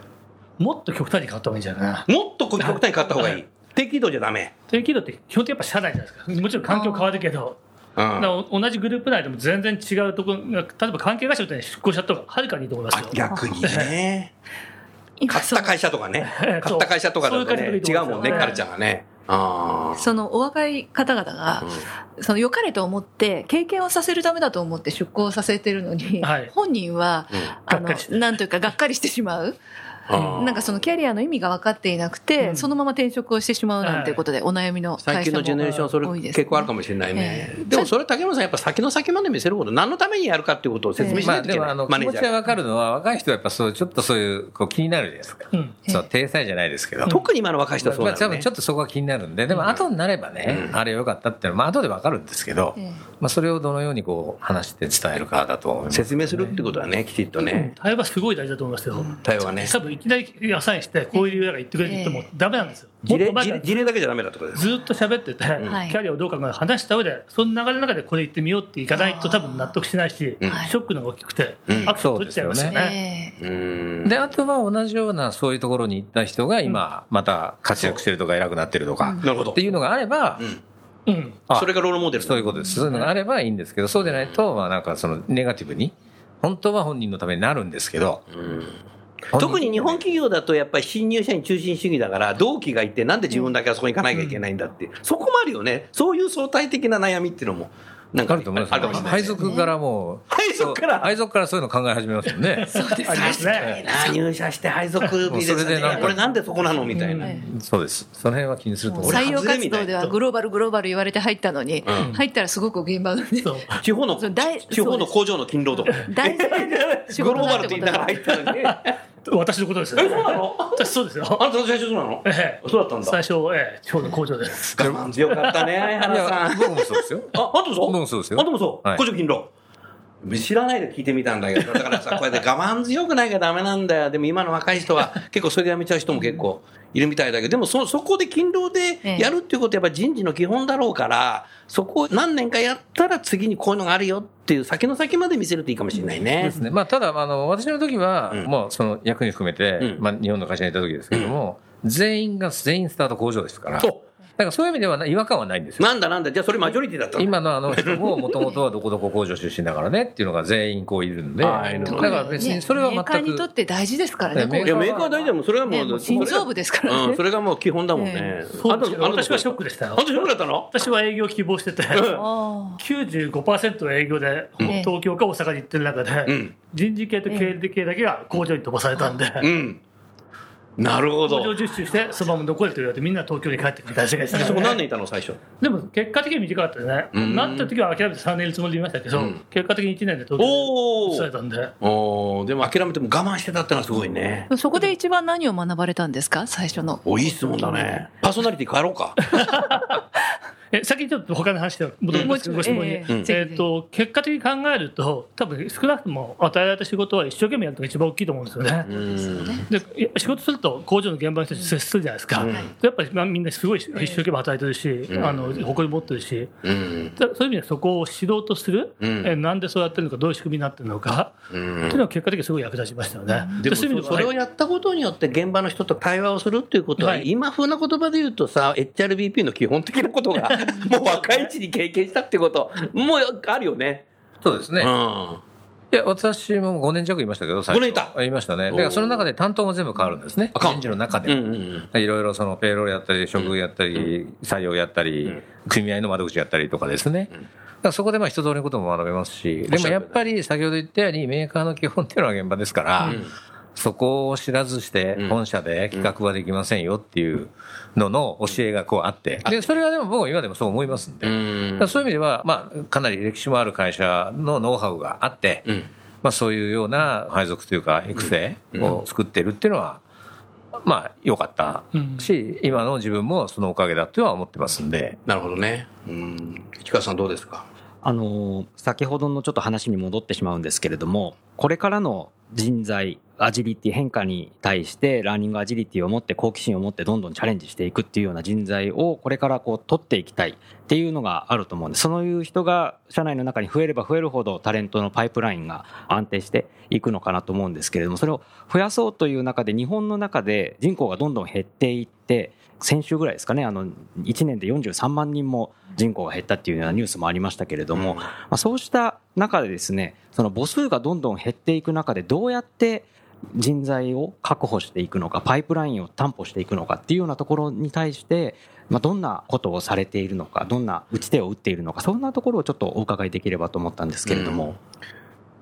[SPEAKER 4] もっと極端に変わった方がいいんじゃないかな
[SPEAKER 3] もっと極端に変わった方がい。
[SPEAKER 4] はい
[SPEAKER 3] 低軌道じゃダメ。
[SPEAKER 4] 低軌道って基本的にやっぱ社内じゃないですかもちろん環境変わるけど
[SPEAKER 3] うん
[SPEAKER 4] だからお同じグループ内でも全然違うところが例えば関係会社みたいに出向しちゃった方がはるかにいいと思います
[SPEAKER 3] あ
[SPEAKER 4] よ
[SPEAKER 3] 逆にね。
[SPEAKER 6] 今
[SPEAKER 3] 買っ
[SPEAKER 6] そ
[SPEAKER 3] た会社とかね。買
[SPEAKER 4] え そう
[SPEAKER 3] った会社とかだと
[SPEAKER 4] そう
[SPEAKER 3] ね、
[SPEAKER 4] いう会社
[SPEAKER 3] 違
[SPEAKER 4] が
[SPEAKER 3] う
[SPEAKER 4] いいと
[SPEAKER 3] もん
[SPEAKER 4] 思いますよ
[SPEAKER 3] ね、カルチャーがね。あ
[SPEAKER 6] そのお若い方々が
[SPEAKER 3] あ。うん
[SPEAKER 6] その良かれと思って経験をさせるためだと思って出向させてるのに、
[SPEAKER 4] はい
[SPEAKER 6] 本人は
[SPEAKER 3] うん
[SPEAKER 6] あ
[SPEAKER 4] がっか
[SPEAKER 6] の
[SPEAKER 4] りして
[SPEAKER 6] なんというかがっかりしてしまう
[SPEAKER 3] あー
[SPEAKER 6] なんかそのキャリアの意味が分かっていなくて、
[SPEAKER 4] うん
[SPEAKER 6] そのまま転職をしてしまうなんていうことでお悩みの
[SPEAKER 3] 最
[SPEAKER 6] 会
[SPEAKER 3] 近
[SPEAKER 6] 社
[SPEAKER 3] のジェネレーションはそれ
[SPEAKER 6] も多いですね
[SPEAKER 3] 結構あるかもしれないね、
[SPEAKER 6] ええ
[SPEAKER 3] でもそれ竹村さんやっぱ先の先まで見せること何のためにやるかっていうことを説明し
[SPEAKER 5] ま
[SPEAKER 3] ない
[SPEAKER 5] あ
[SPEAKER 3] とい
[SPEAKER 5] で
[SPEAKER 3] け
[SPEAKER 5] も
[SPEAKER 3] ない、
[SPEAKER 5] あの
[SPEAKER 3] マ
[SPEAKER 5] 気
[SPEAKER 3] ネー
[SPEAKER 5] 持
[SPEAKER 3] ジ
[SPEAKER 5] ち
[SPEAKER 3] ャ
[SPEAKER 5] が
[SPEAKER 3] ーが
[SPEAKER 5] わかるのは若い人はやっぱそうちょっとそういうこう気になるじゃないですか。
[SPEAKER 4] うん
[SPEAKER 6] ええ
[SPEAKER 5] その体裁じゃないですけど。
[SPEAKER 3] 特に今の若い人はそう
[SPEAKER 5] まあ、
[SPEAKER 3] な
[SPEAKER 5] 多
[SPEAKER 3] の
[SPEAKER 5] 分
[SPEAKER 3] ね
[SPEAKER 5] ちょっとそこは気になるんで、でも後になればね、
[SPEAKER 3] うん
[SPEAKER 5] あれ良かったっていうのは、まあ後でわかるんですけど、
[SPEAKER 6] ええ
[SPEAKER 5] まあそれをどのようにこう話して伝えるかだと思います。
[SPEAKER 3] 説明するってことはねきちっとね
[SPEAKER 4] 対話すごい大事だと思いますよ、
[SPEAKER 3] 対話ね
[SPEAKER 4] 多分いきなりアサインしてこういう理由だから言ってくれって言ってもダメなんですよ、
[SPEAKER 3] 事例
[SPEAKER 4] もっと前
[SPEAKER 3] 事
[SPEAKER 4] か
[SPEAKER 3] 例
[SPEAKER 4] ら
[SPEAKER 3] 事例だけじゃダメだってことです
[SPEAKER 4] ずっと喋ってて、
[SPEAKER 6] はい
[SPEAKER 4] キャリアをどう考えるか話した上で、その流れの中でこれ言ってみようっていかないと、多分納得しないし、
[SPEAKER 3] うん
[SPEAKER 4] ショックの方が大きくて、
[SPEAKER 3] うん
[SPEAKER 4] アクション取っちゃいますよね。
[SPEAKER 6] ええ
[SPEAKER 3] うーん
[SPEAKER 5] で、あとは同じようなそういうところに行った人が今、また活躍してるとか偉くなってるとか、
[SPEAKER 3] なるほど
[SPEAKER 5] っていうのがあれば
[SPEAKER 3] う、ん
[SPEAKER 4] うん
[SPEAKER 5] あ
[SPEAKER 3] それがロールモデル
[SPEAKER 5] そういうことです。そういうのがあればいいんですけど、そうでないと、まあなんかそのネガティブに、本当は本人のためになるんですけど、
[SPEAKER 3] うん特に日本企業だとやっぱり新入社員中心主義だから同期がいてなんで自分だけあそこに行かなきゃいけないんだって、そこもあるよねそういう相対的な悩みっていうのもなんか
[SPEAKER 5] あると思います
[SPEAKER 3] あるかもしれない
[SPEAKER 5] 配属からもう、
[SPEAKER 3] 配属から
[SPEAKER 5] 配属からそういうの考え始めますよ ね。
[SPEAKER 6] そうです
[SPEAKER 4] ありますね。
[SPEAKER 3] な入社して配属日
[SPEAKER 5] それでなんか
[SPEAKER 3] これなんでそこなのみたいな、
[SPEAKER 6] ええ
[SPEAKER 5] そうです。その辺は気にすると
[SPEAKER 6] もう
[SPEAKER 5] 思います。
[SPEAKER 6] 採用活動ではグローバルグローバル言われて入ったのに、
[SPEAKER 3] うん
[SPEAKER 6] 入ったらすごく現場が ね
[SPEAKER 4] そう
[SPEAKER 3] 地方の
[SPEAKER 6] そう大
[SPEAKER 3] 地方の工場の勤労とか
[SPEAKER 6] 大事な 仕
[SPEAKER 3] グ
[SPEAKER 6] 事
[SPEAKER 3] ローバ
[SPEAKER 6] だっ
[SPEAKER 3] ルってて言いな
[SPEAKER 6] こと
[SPEAKER 3] がら入
[SPEAKER 6] だ
[SPEAKER 3] ったのにえ
[SPEAKER 4] 私のことですよ、
[SPEAKER 3] そうなの
[SPEAKER 4] 私そうですよ。
[SPEAKER 3] あんたの最初そうなの
[SPEAKER 4] ええ
[SPEAKER 3] そうだったんだ
[SPEAKER 4] 最初、ええ、地方の工場です。
[SPEAKER 3] 我慢強かったね
[SPEAKER 5] い
[SPEAKER 3] 原さん
[SPEAKER 5] や、僕もそうですよ。
[SPEAKER 3] ああんたもそう
[SPEAKER 5] 僕もそうですよ
[SPEAKER 3] あんたもそう、
[SPEAKER 5] はい
[SPEAKER 3] 工場勤労知らないで聞いてみたんだけどだからさこうやって我慢強くないからダメなんだよでも今の若い人 は結構それでやめちゃう人も結構いるみたいだけどでもそそこで勤労でやるっていうことはやっぱ人事の基本だろうからそこを何年かやったら次にこういうのがあるよっていう先の先まで見せるといいかもしれないね
[SPEAKER 5] です。ね。まあ、ただ、あの、私の時は、
[SPEAKER 3] うん
[SPEAKER 5] もう、その役員含めて、
[SPEAKER 3] うん
[SPEAKER 5] まあ、日本の会社にいた時ですけども、全員が、全員スタート工場ですから、だか
[SPEAKER 3] そ
[SPEAKER 5] らそういう意味ではな違和感はないんです
[SPEAKER 3] う
[SPEAKER 5] よ。
[SPEAKER 3] なんだなんだじゃあそれマジョリティだったんだ
[SPEAKER 5] 今のあの人も、もともとはどこどこ工場出身だからねっていうのが全員こういるんで、
[SPEAKER 3] ああいる
[SPEAKER 5] だ
[SPEAKER 3] の
[SPEAKER 5] から別にそれは
[SPEAKER 6] メ
[SPEAKER 5] 全
[SPEAKER 6] ーカーにとっ
[SPEAKER 5] く、
[SPEAKER 6] て大事ですからね
[SPEAKER 5] ええ
[SPEAKER 6] こう
[SPEAKER 5] メ
[SPEAKER 3] いやメーカーは大事だもんそれはも
[SPEAKER 6] ね
[SPEAKER 3] う,、
[SPEAKER 6] もう心臓部ですからね
[SPEAKER 3] うん、それがもう基本だもんね、
[SPEAKER 4] そ
[SPEAKER 3] あ
[SPEAKER 4] うですけど
[SPEAKER 3] とあと
[SPEAKER 4] 私はショックでしたよ
[SPEAKER 3] あん。たショックだったの
[SPEAKER 4] 私は営業希望してて、
[SPEAKER 6] ああ
[SPEAKER 4] 95%は営業で、
[SPEAKER 6] ん
[SPEAKER 4] 東京か大阪に行ってる中で、
[SPEAKER 3] うん
[SPEAKER 4] 人事系と経理系だけが工場に飛ばされたんで、
[SPEAKER 3] うんなるほ
[SPEAKER 4] 工場
[SPEAKER 3] ど
[SPEAKER 4] 実習して、そのまま残れと言われて、みんな東京に帰ってくる大事が
[SPEAKER 3] そこ何年いたの最初
[SPEAKER 4] でも結果的に短かったよね、
[SPEAKER 3] うん
[SPEAKER 4] なった時は諦めて3年いるつもりでいましたけど、
[SPEAKER 3] うん
[SPEAKER 4] 結果的に1年で東京に
[SPEAKER 3] お
[SPEAKER 4] 移され
[SPEAKER 3] ー
[SPEAKER 4] たんで、
[SPEAKER 3] おーでも諦めても我慢してたってのはすごいね
[SPEAKER 6] そこで一番何を学ばれたんですか最初の
[SPEAKER 3] おいい質問だねパーソナリティ変えろう か
[SPEAKER 4] え先にちょっと他の話で戻りますけど、
[SPEAKER 6] も
[SPEAKER 4] ご
[SPEAKER 6] うち
[SPEAKER 4] 質
[SPEAKER 6] ょっと
[SPEAKER 4] 問に、
[SPEAKER 6] え
[SPEAKER 4] え
[SPEAKER 6] えぜひぜひ
[SPEAKER 4] ーと、結果的に考えると、多分少なくとも与えられた仕事は一生懸命やるのが一番大きいと思うんですよね。
[SPEAKER 3] うん
[SPEAKER 4] でやっぱ仕事すると工場の現場の人に接するじゃないですか、
[SPEAKER 3] うん
[SPEAKER 4] でやっぱりまあみんなすごい一生懸命働いてるし、
[SPEAKER 3] ん
[SPEAKER 4] あの誇り持ってるし、
[SPEAKER 3] うん
[SPEAKER 4] だそういう意味ではそこを知ろうとする、
[SPEAKER 3] うん
[SPEAKER 4] えなんでそうやってるのか、どういう仕組みになってるのか、
[SPEAKER 3] う
[SPEAKER 4] と
[SPEAKER 3] ん
[SPEAKER 4] いうのは結果的にすごい役立ちましたよね。
[SPEAKER 3] でも
[SPEAKER 4] そういう意味では
[SPEAKER 3] それをやったことによって現場の人と対話をするっていうことは、
[SPEAKER 4] はい
[SPEAKER 3] 今風な言葉で言うとさ HRBP の基本的なことがもう若いうちに経験したってこともうあるよね。
[SPEAKER 5] そうです
[SPEAKER 3] う
[SPEAKER 5] ね。
[SPEAKER 3] ん
[SPEAKER 5] いや、私も5年弱いましたけど、最初
[SPEAKER 3] 五年いた
[SPEAKER 5] いましたね。だからその中で担当も全部変わるんですね。
[SPEAKER 3] あ変わる
[SPEAKER 5] 人事の中
[SPEAKER 3] うん
[SPEAKER 5] で
[SPEAKER 3] う
[SPEAKER 5] も。
[SPEAKER 3] んうん。
[SPEAKER 5] いろいろそのペイロールやったり、職業やったり、採用やった
[SPEAKER 3] う
[SPEAKER 5] り
[SPEAKER 3] ん、
[SPEAKER 5] 組合の窓口やったりとかですね。だからそこでまあ一通りのことも学べますし、でもやっぱり先ほど言ったようにメーカーの基本っていうのは現場ですから、そこを知らずして
[SPEAKER 3] うん、
[SPEAKER 5] 本社で企画はできませんよっていうのの教えがこうあって、で、それはでも僕は今でもそう思いますんで、だからそういう意味では、まあ、かなり歴史もある会社のノウハウがあって、
[SPEAKER 3] うん
[SPEAKER 5] まあ、そういうような配属というか、育成を作ってるっていうのは、まあ、良かったし、今の自分もそのおかげだとは思ってますんで、
[SPEAKER 3] なるほどね。うん。市川さんどうですか
[SPEAKER 7] あのー先ほどのちょっと話に戻ってしまうんですけれどもこれからの人材アジリティ変化に対してラーニングアジリティを持って好奇心を持ってどんどんチャレンジしていくっていうような人材をこれからこう取っていきたいっていうのがあると思うんですそういう人が社内の中に増えれば増えるほどタレントのパイプラインが安定していくのかなと思うんですけれどもそれを増やそうという中で日本の中で人口がどんどん減っていって先週ぐらいですかねあの1年で43万人も人口が減ったっていうようなニュースもありましたけれども、まあ、そうした中でですねその母数がどんどん減っていく中でどうやって人材を確保していくのかパイプラインを担保していくのかっていうようなところに対して、まあ、どんなことをされているのかどんな打ち手を打っているのかそんなところをちょっとお伺いできればと思ったんですけれども、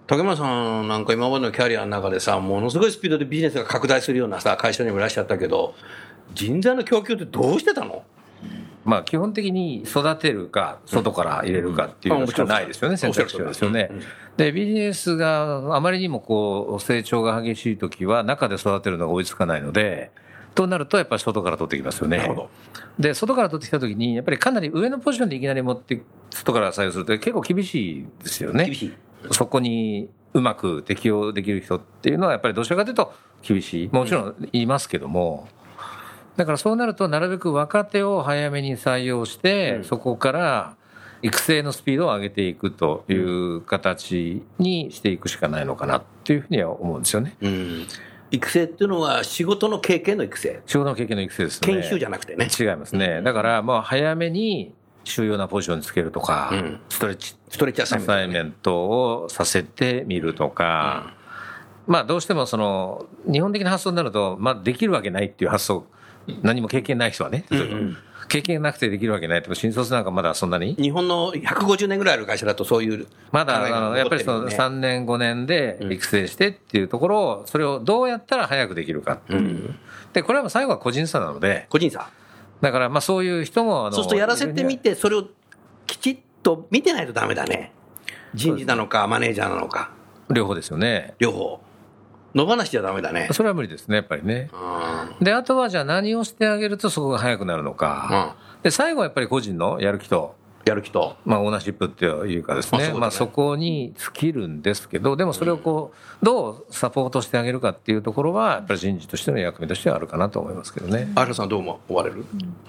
[SPEAKER 3] 竹村さんなんか今までのキャリアの中でさ、ものすごいスピードでビジネスが拡大するようなさ、会社にもいらっしゃったけど、人材の供給ってどうしてたの
[SPEAKER 5] まあ、基本的に育てるか、外から入れるかっていうのしかないですよね、選択肢はですよね。で、ビジネスがあまりにもこう、成長が激しいときは、中で育てるのが追いつかないので、となると、やっぱり外から取ってきますよね。
[SPEAKER 3] なるほど。
[SPEAKER 5] で、外から取ってきたときに、やっぱりかなり上のポジションでいきなり持って、外から採用すると結構厳しいですよね
[SPEAKER 3] 厳。しい。
[SPEAKER 5] そこにうまく適応できる人っていうのは、やっぱりどちらかというと厳しい。もちろんいますけども。だからそうなると、なるべく若手を早めに採用して、そこから育成のスピードを上げていくという形にしていくしかないのかなっていうふうには思うんですよね。
[SPEAKER 3] うん。育成っていうのは仕事の経験の育成。
[SPEAKER 5] 仕事の経験の育成ですね。
[SPEAKER 3] 研修じゃなくてね。
[SPEAKER 5] 違いますね。だから、まあ、早めに重要なポジションにつけるとか、
[SPEAKER 3] うん
[SPEAKER 5] ストレッチ、
[SPEAKER 3] ストレッチアサ
[SPEAKER 5] ア
[SPEAKER 3] イメント
[SPEAKER 5] サイメントをさせてみるとか、まあ、どうしてもその、日本的な発想になると、まあ、できるわけないっていう発想、何も経験ない人はね、例えば経験なくてできるわけないって、新卒なんかまだそんなに
[SPEAKER 3] 日本の150年ぐらいある会社だとそういう。
[SPEAKER 5] ま
[SPEAKER 3] 考えが
[SPEAKER 5] だあのやっぱりそ
[SPEAKER 3] 残
[SPEAKER 5] の
[SPEAKER 3] ってるよ
[SPEAKER 5] 3年、5年で育成してっていうところを、それをどうやったら早くできるかっていう、でこれはもう最後は個人差なので、
[SPEAKER 3] 個人差。
[SPEAKER 5] だからまあそういう人もあの、
[SPEAKER 3] そうするとやらせてみて、それをきちっと見てないとダメだね。人事なのか、マネージャーなのか、
[SPEAKER 5] 両方ですよね、
[SPEAKER 3] 両方。野放しじゃダメだね。
[SPEAKER 5] それは無理ですね、やっぱりね。
[SPEAKER 3] うん
[SPEAKER 5] で、あとはじゃあ何をしてあげるとそこが早くなるのか、で最後はやっぱり個人のやる気と、
[SPEAKER 3] やる気と。
[SPEAKER 5] まあ、オーナーシップっていうかです
[SPEAKER 3] あそう
[SPEAKER 5] ね、
[SPEAKER 3] だね
[SPEAKER 5] まあ、そこに尽きるんですけど、でもそれをこうどうサポートしてあげるかっていうところは、やっぱり人事としての役目としてはあるかなと思いますけどね。
[SPEAKER 3] 有田さんどう思われる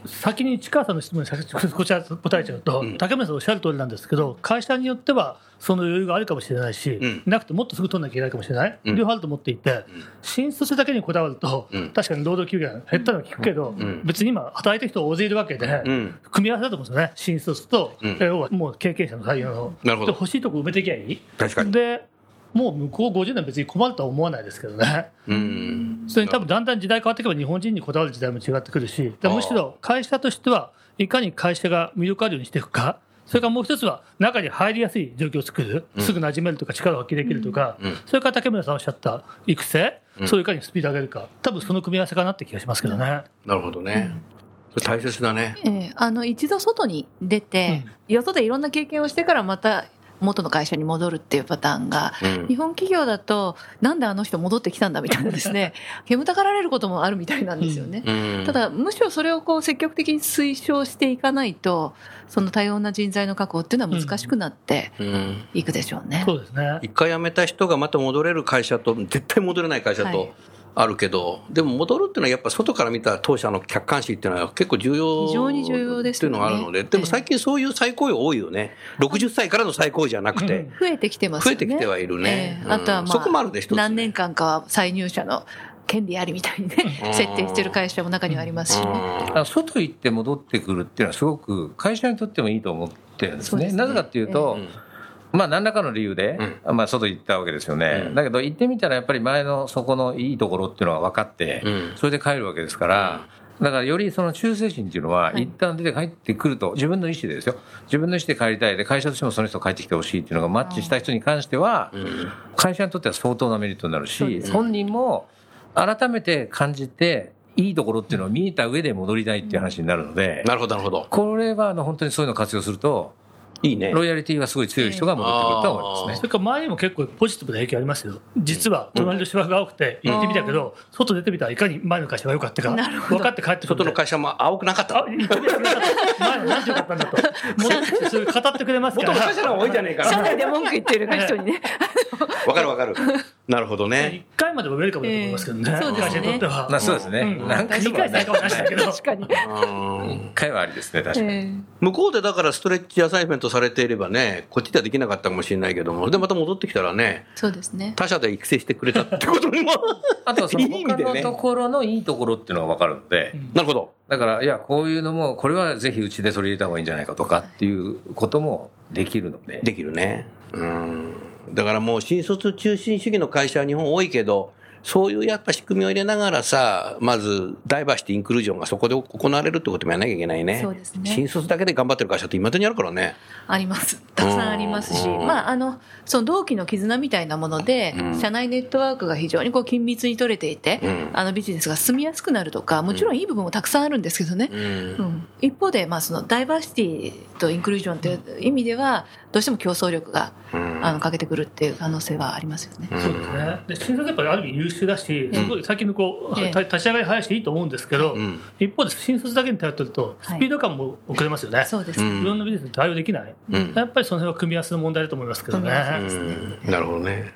[SPEAKER 4] 先に市川さんの質問にこちら答えちゃうと、竹村さんおっしゃる通りなんですけど、会社によってはその余裕があるかもしれないし、
[SPEAKER 3] ん
[SPEAKER 4] なくてもっとすぐ取らなきゃいけないかもしれない、
[SPEAKER 3] ん
[SPEAKER 4] 両方あると思っていて、新卒だけにこだわると、
[SPEAKER 3] ん
[SPEAKER 4] 確かに労働休減減ったのは聞くけど、
[SPEAKER 3] ん
[SPEAKER 4] 別に今、働いてる人大勢いるわけで、
[SPEAKER 3] ん
[SPEAKER 4] 組み合わせだと思うんですよね、新卒と、
[SPEAKER 3] うん
[SPEAKER 4] 要はもう経験者の採用の、
[SPEAKER 3] なるほど
[SPEAKER 4] で欲しいとこ埋めていきゃいい。
[SPEAKER 3] 確かに
[SPEAKER 4] でもう向こう50年別に困るとは思わないですけどね。
[SPEAKER 3] うん。
[SPEAKER 4] それに多分だんだん時代変わっていけば日本人にこだわる時代も違ってくるし、
[SPEAKER 3] あー
[SPEAKER 4] むしろ会社としてはいかに会社が魅力あるようにしていくか、それからもう一つは中に入りやすい状況を作る、すぐ馴染めるとか力を発揮できるとか、それから竹村さんおっしゃった育成、それをいかにスピード上げるか、多分その組み合わせかなって気がしますけどね。
[SPEAKER 3] なるほどね。それ大切だね。
[SPEAKER 6] ええあの一度外に出て、よそでいろんな経験をしてからまた元の会社に戻るっていうパターンが、
[SPEAKER 3] うん
[SPEAKER 6] 日本企業だとなんであの人戻ってきたんだみたいなですね煙たがられることもあるみたいなんですよね。
[SPEAKER 3] うん
[SPEAKER 6] ただむしろそれをこう積極的に推奨していかないとその多様な人材の確保っていうのは難しくなって
[SPEAKER 3] うん
[SPEAKER 6] いくでしょうね。
[SPEAKER 4] そうですね。
[SPEAKER 3] 一回辞めた人がまた戻れる会社と、絶対戻れない会社
[SPEAKER 6] は
[SPEAKER 3] と
[SPEAKER 6] い
[SPEAKER 3] あるけど、でも戻るっていうのは、やっぱ外から見た当社の客観視っていうのは結構重要
[SPEAKER 6] 非常に重要です
[SPEAKER 3] ってい
[SPEAKER 6] よ
[SPEAKER 3] う
[SPEAKER 6] ね
[SPEAKER 3] のがあるので、でも最近そういう再雇用多いよね、60歳からの再雇用じゃなくて、
[SPEAKER 6] 増えてきてます
[SPEAKER 3] 増
[SPEAKER 6] よ
[SPEAKER 3] え
[SPEAKER 6] ね。
[SPEAKER 3] てきてはいるね
[SPEAKER 6] え。え
[SPEAKER 3] うん
[SPEAKER 6] あとはまあ
[SPEAKER 3] そこもあるで、一つね。
[SPEAKER 6] 何年間かは再入社の権利ありみたいに
[SPEAKER 3] うん
[SPEAKER 6] ね、設定してる会社も中にはありますしね。
[SPEAKER 5] あ外行って戻ってくるっていうのはすごく会社にとってもいいと思ってるんです
[SPEAKER 6] そう
[SPEAKER 5] ね。
[SPEAKER 6] ですね
[SPEAKER 5] なぜかっていうと、
[SPEAKER 3] うん
[SPEAKER 5] まあ何らかの理由で、まあ外行ったわけですよね、だけど行ってみたらやっぱり前のそこのいいところっていうのが分かって、
[SPEAKER 3] ん
[SPEAKER 5] それで帰るわけですから、だからよりその忠誠心っていうのは、一旦出て帰ってくると、自分の意思でですよ、自分の意思で帰りたいで、会社としてもその人帰ってきてほしいっていうのがマッチした人に関しては、会社にとっては相当なメリットになるし、本人も改めて感じて、いいところっていうのを見えた上で戻りたいっていう話になるので、
[SPEAKER 3] なるほど、なるほど。
[SPEAKER 5] これはあの本当にそういうのを活用すると、
[SPEAKER 3] いいね。
[SPEAKER 5] ロイヤリティがすごい強い人が戻ってくるとは思います
[SPEAKER 4] そ
[SPEAKER 5] ね。
[SPEAKER 4] れから前にも結構ポジティブな影響ありますよ、実は隣の芝が青くて行ってみたけど、外出てみたらいかに前の会社が良かったか、
[SPEAKER 6] なるほど
[SPEAKER 4] 分かって帰ってくるんで
[SPEAKER 3] 外の会社も青くなかった
[SPEAKER 4] あ、。言ってみてくれたと前の何てよかったんだと、戻ってそれ語ってくれますから、
[SPEAKER 3] の多いじゃねえか
[SPEAKER 6] 社内で文句言ってる人にね。
[SPEAKER 3] わかるわか る。なるほど
[SPEAKER 4] 1
[SPEAKER 3] ね。
[SPEAKER 4] 回まではウェルカムだと思いますけどね、
[SPEAKER 6] ええそうですね
[SPEAKER 4] 会社にとっては。
[SPEAKER 5] まあそうですね。
[SPEAKER 4] うん
[SPEAKER 5] 何回
[SPEAKER 4] 理
[SPEAKER 5] もは
[SPEAKER 4] 解
[SPEAKER 5] な
[SPEAKER 4] ない
[SPEAKER 5] い
[SPEAKER 4] かもしれないけど、
[SPEAKER 6] 確かに。
[SPEAKER 3] うん
[SPEAKER 5] 回はありですね、 確かに。
[SPEAKER 6] え
[SPEAKER 3] 向こうでだからストレッチアサインメントされていればね、こっちではできなかったかもしれないけども、でまた戻ってきたらね
[SPEAKER 6] え、そうですね。
[SPEAKER 3] 他社で育成してくれたってこと も。
[SPEAKER 5] あとはその
[SPEAKER 3] いい意味
[SPEAKER 5] 他
[SPEAKER 3] で
[SPEAKER 5] の
[SPEAKER 3] ね
[SPEAKER 5] ところのいいところっていうのが分かるので、
[SPEAKER 3] なるほど。
[SPEAKER 5] だから、いや、こういうのも、これはぜひうちで取り入れた方がいいんじゃないかとかっていうこともできるので。
[SPEAKER 3] できるね。うん。だからもう新卒中心主義の会社は日本多いけど、そういうやっぱ仕組みを入れながらさ、まずダイバーシティインクルージョンがそこで行われるってこともやらなきゃいけないね。
[SPEAKER 6] そうですね
[SPEAKER 3] 新卒だけで頑張ってる会社って今手にあるからね。
[SPEAKER 6] あります。たくさんありますし、
[SPEAKER 3] うん
[SPEAKER 6] まあ、あの、その同期の絆みたいなもので、社内ネットワークが非常にこう緊密に取れていて、
[SPEAKER 3] ん
[SPEAKER 6] あのビジネスが進みやすくなるとか、もちろんいい部分もたくさんあるんですけどね。
[SPEAKER 3] うん。
[SPEAKER 6] うん一方で、まあ、そのダイバーシティとインクルージョンという意味では、どうしても競争力が、あの、欠けてくるっていう可能性はありますよね。
[SPEAKER 4] そうですね。で、新卒やっぱりある意味優秀だし、すごい先のこう、
[SPEAKER 6] ええ
[SPEAKER 4] た立ち上がり早いしいいと思うんですけど、
[SPEAKER 3] ん
[SPEAKER 4] 一方で新卒だけに頼ってると、ス
[SPEAKER 6] はい
[SPEAKER 4] ピード感も遅れますよね。
[SPEAKER 6] そうです
[SPEAKER 3] う
[SPEAKER 6] ね。
[SPEAKER 4] いろん
[SPEAKER 3] ん。
[SPEAKER 4] なビジネスに対応できない、
[SPEAKER 3] うん
[SPEAKER 4] やっぱりその辺は組み合わせの問題だと思いますけどね、
[SPEAKER 6] 組み合わ
[SPEAKER 3] うんなるほどね。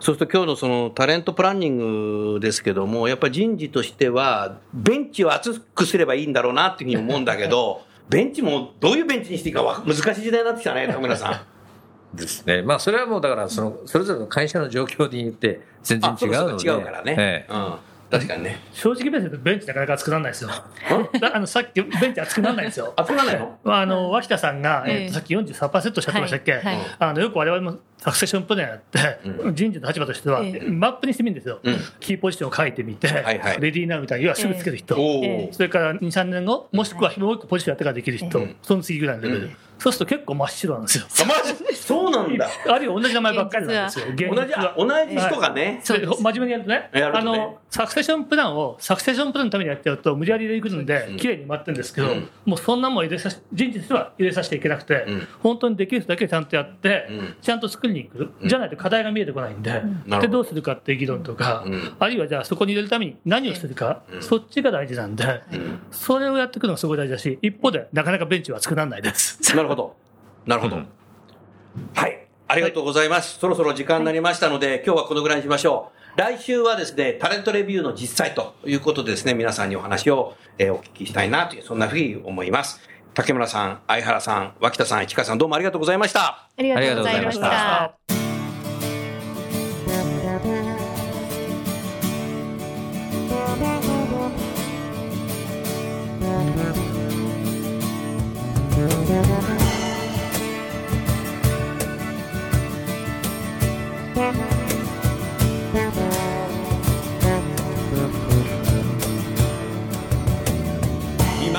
[SPEAKER 3] そうすると今日のそのタレントプランニングですけども、やっぱり人事としては、ベンチを厚くすればいいんだろうなっていうふうに思うんだけど、 ベンチもどういうベンチにしていいかわ難しい時代になってきたね、高村さん。
[SPEAKER 5] ですね。まあ、それはもうだから、その、それぞれの会社の状況によって全然
[SPEAKER 3] あ
[SPEAKER 5] 違うので。
[SPEAKER 3] そこそこ違うからね、
[SPEAKER 5] ええ
[SPEAKER 3] うん、確かにね
[SPEAKER 4] 正直ベースでベンチなかなか熱くならないですよ、だあのさっきベンチ熱くならないですよ。
[SPEAKER 3] 熱くならないの
[SPEAKER 4] まあ、あの脇田さんが、
[SPEAKER 6] ええ
[SPEAKER 4] えっとさっき43%おっしゃってましたっけ、
[SPEAKER 6] はいはい
[SPEAKER 4] あのよく我々もサクセッションプランやって、人事の立場としては、
[SPEAKER 6] ええ
[SPEAKER 4] マップにしてみるんですよ、キーポジションを書いてみて、
[SPEAKER 3] いはい
[SPEAKER 4] レディーナウみたいに要はすぐつける人、
[SPEAKER 3] おお、
[SPEAKER 6] え
[SPEAKER 4] それから2、3年後、もしくはもう一個ポジションやってからできる人、その次ぐらいのレベル、そうすると結構真っ白なんですよ。
[SPEAKER 3] あマジそうなんだ
[SPEAKER 4] あるいは同じ名前ばっかりなんですよ。
[SPEAKER 3] 同
[SPEAKER 4] 現
[SPEAKER 3] じあ同じ人がね、
[SPEAKER 6] そう
[SPEAKER 4] で
[SPEAKER 6] です
[SPEAKER 4] 真面目にやるとね
[SPEAKER 3] やる
[SPEAKER 4] あ
[SPEAKER 3] とね
[SPEAKER 4] の、サクセションプランをサクセションプランのためにやってると、無理やり入れてくるんで、綺麗に埋まってるんですけど、もうそんなもん入れさし人事としては入れさせていけなくて、本当にできる人だけちゃんとやって、ちゃんと作りに行く、じゃないと課題が見えてこないんで、
[SPEAKER 3] なるほど
[SPEAKER 4] でどうするかっていう議論とか、あるいはじゃあ、そこに入れるために何をするか、そっちが大事なんで、それをやっていくのがすごい大事だし、一方で、なかなかベンチは熱くならないです。
[SPEAKER 3] なるほどなるほど、はいありがとうございます、そろそろ時間になりましたので、今日はこのぐらいにしましょう来週はですねタレントレビューの実際ということでですね皆さんにお話を、えーお聞きしたいなというそんなふうに思います竹村さん相原さん脇田さん市川さんどうもありがとうございました
[SPEAKER 6] ありがとうございまし。
[SPEAKER 5] ありがとうございました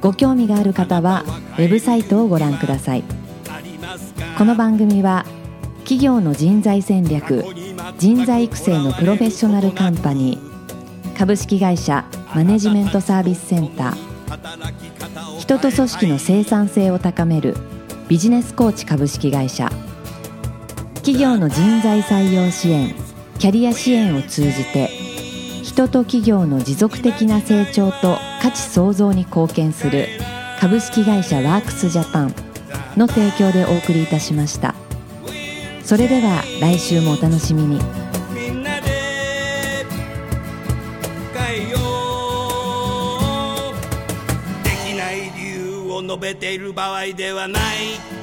[SPEAKER 1] ご興味がある方はウェブサイトをご覧くださいこの番組は企業の人材戦略人材育成のプロフェッショナルカンパニー株式会社マネジメントサービスセンター人と組織の生産性を高めるビジネスコーチ株式会社企業の人材採用支援キャリア支援を通じて人と企業の持続的な成長と価値創造に貢献する株式会社ワークスジャパンの提供でお送りいたしましたそれでは来週もお楽しみに
[SPEAKER 2] みん述べている場合ではない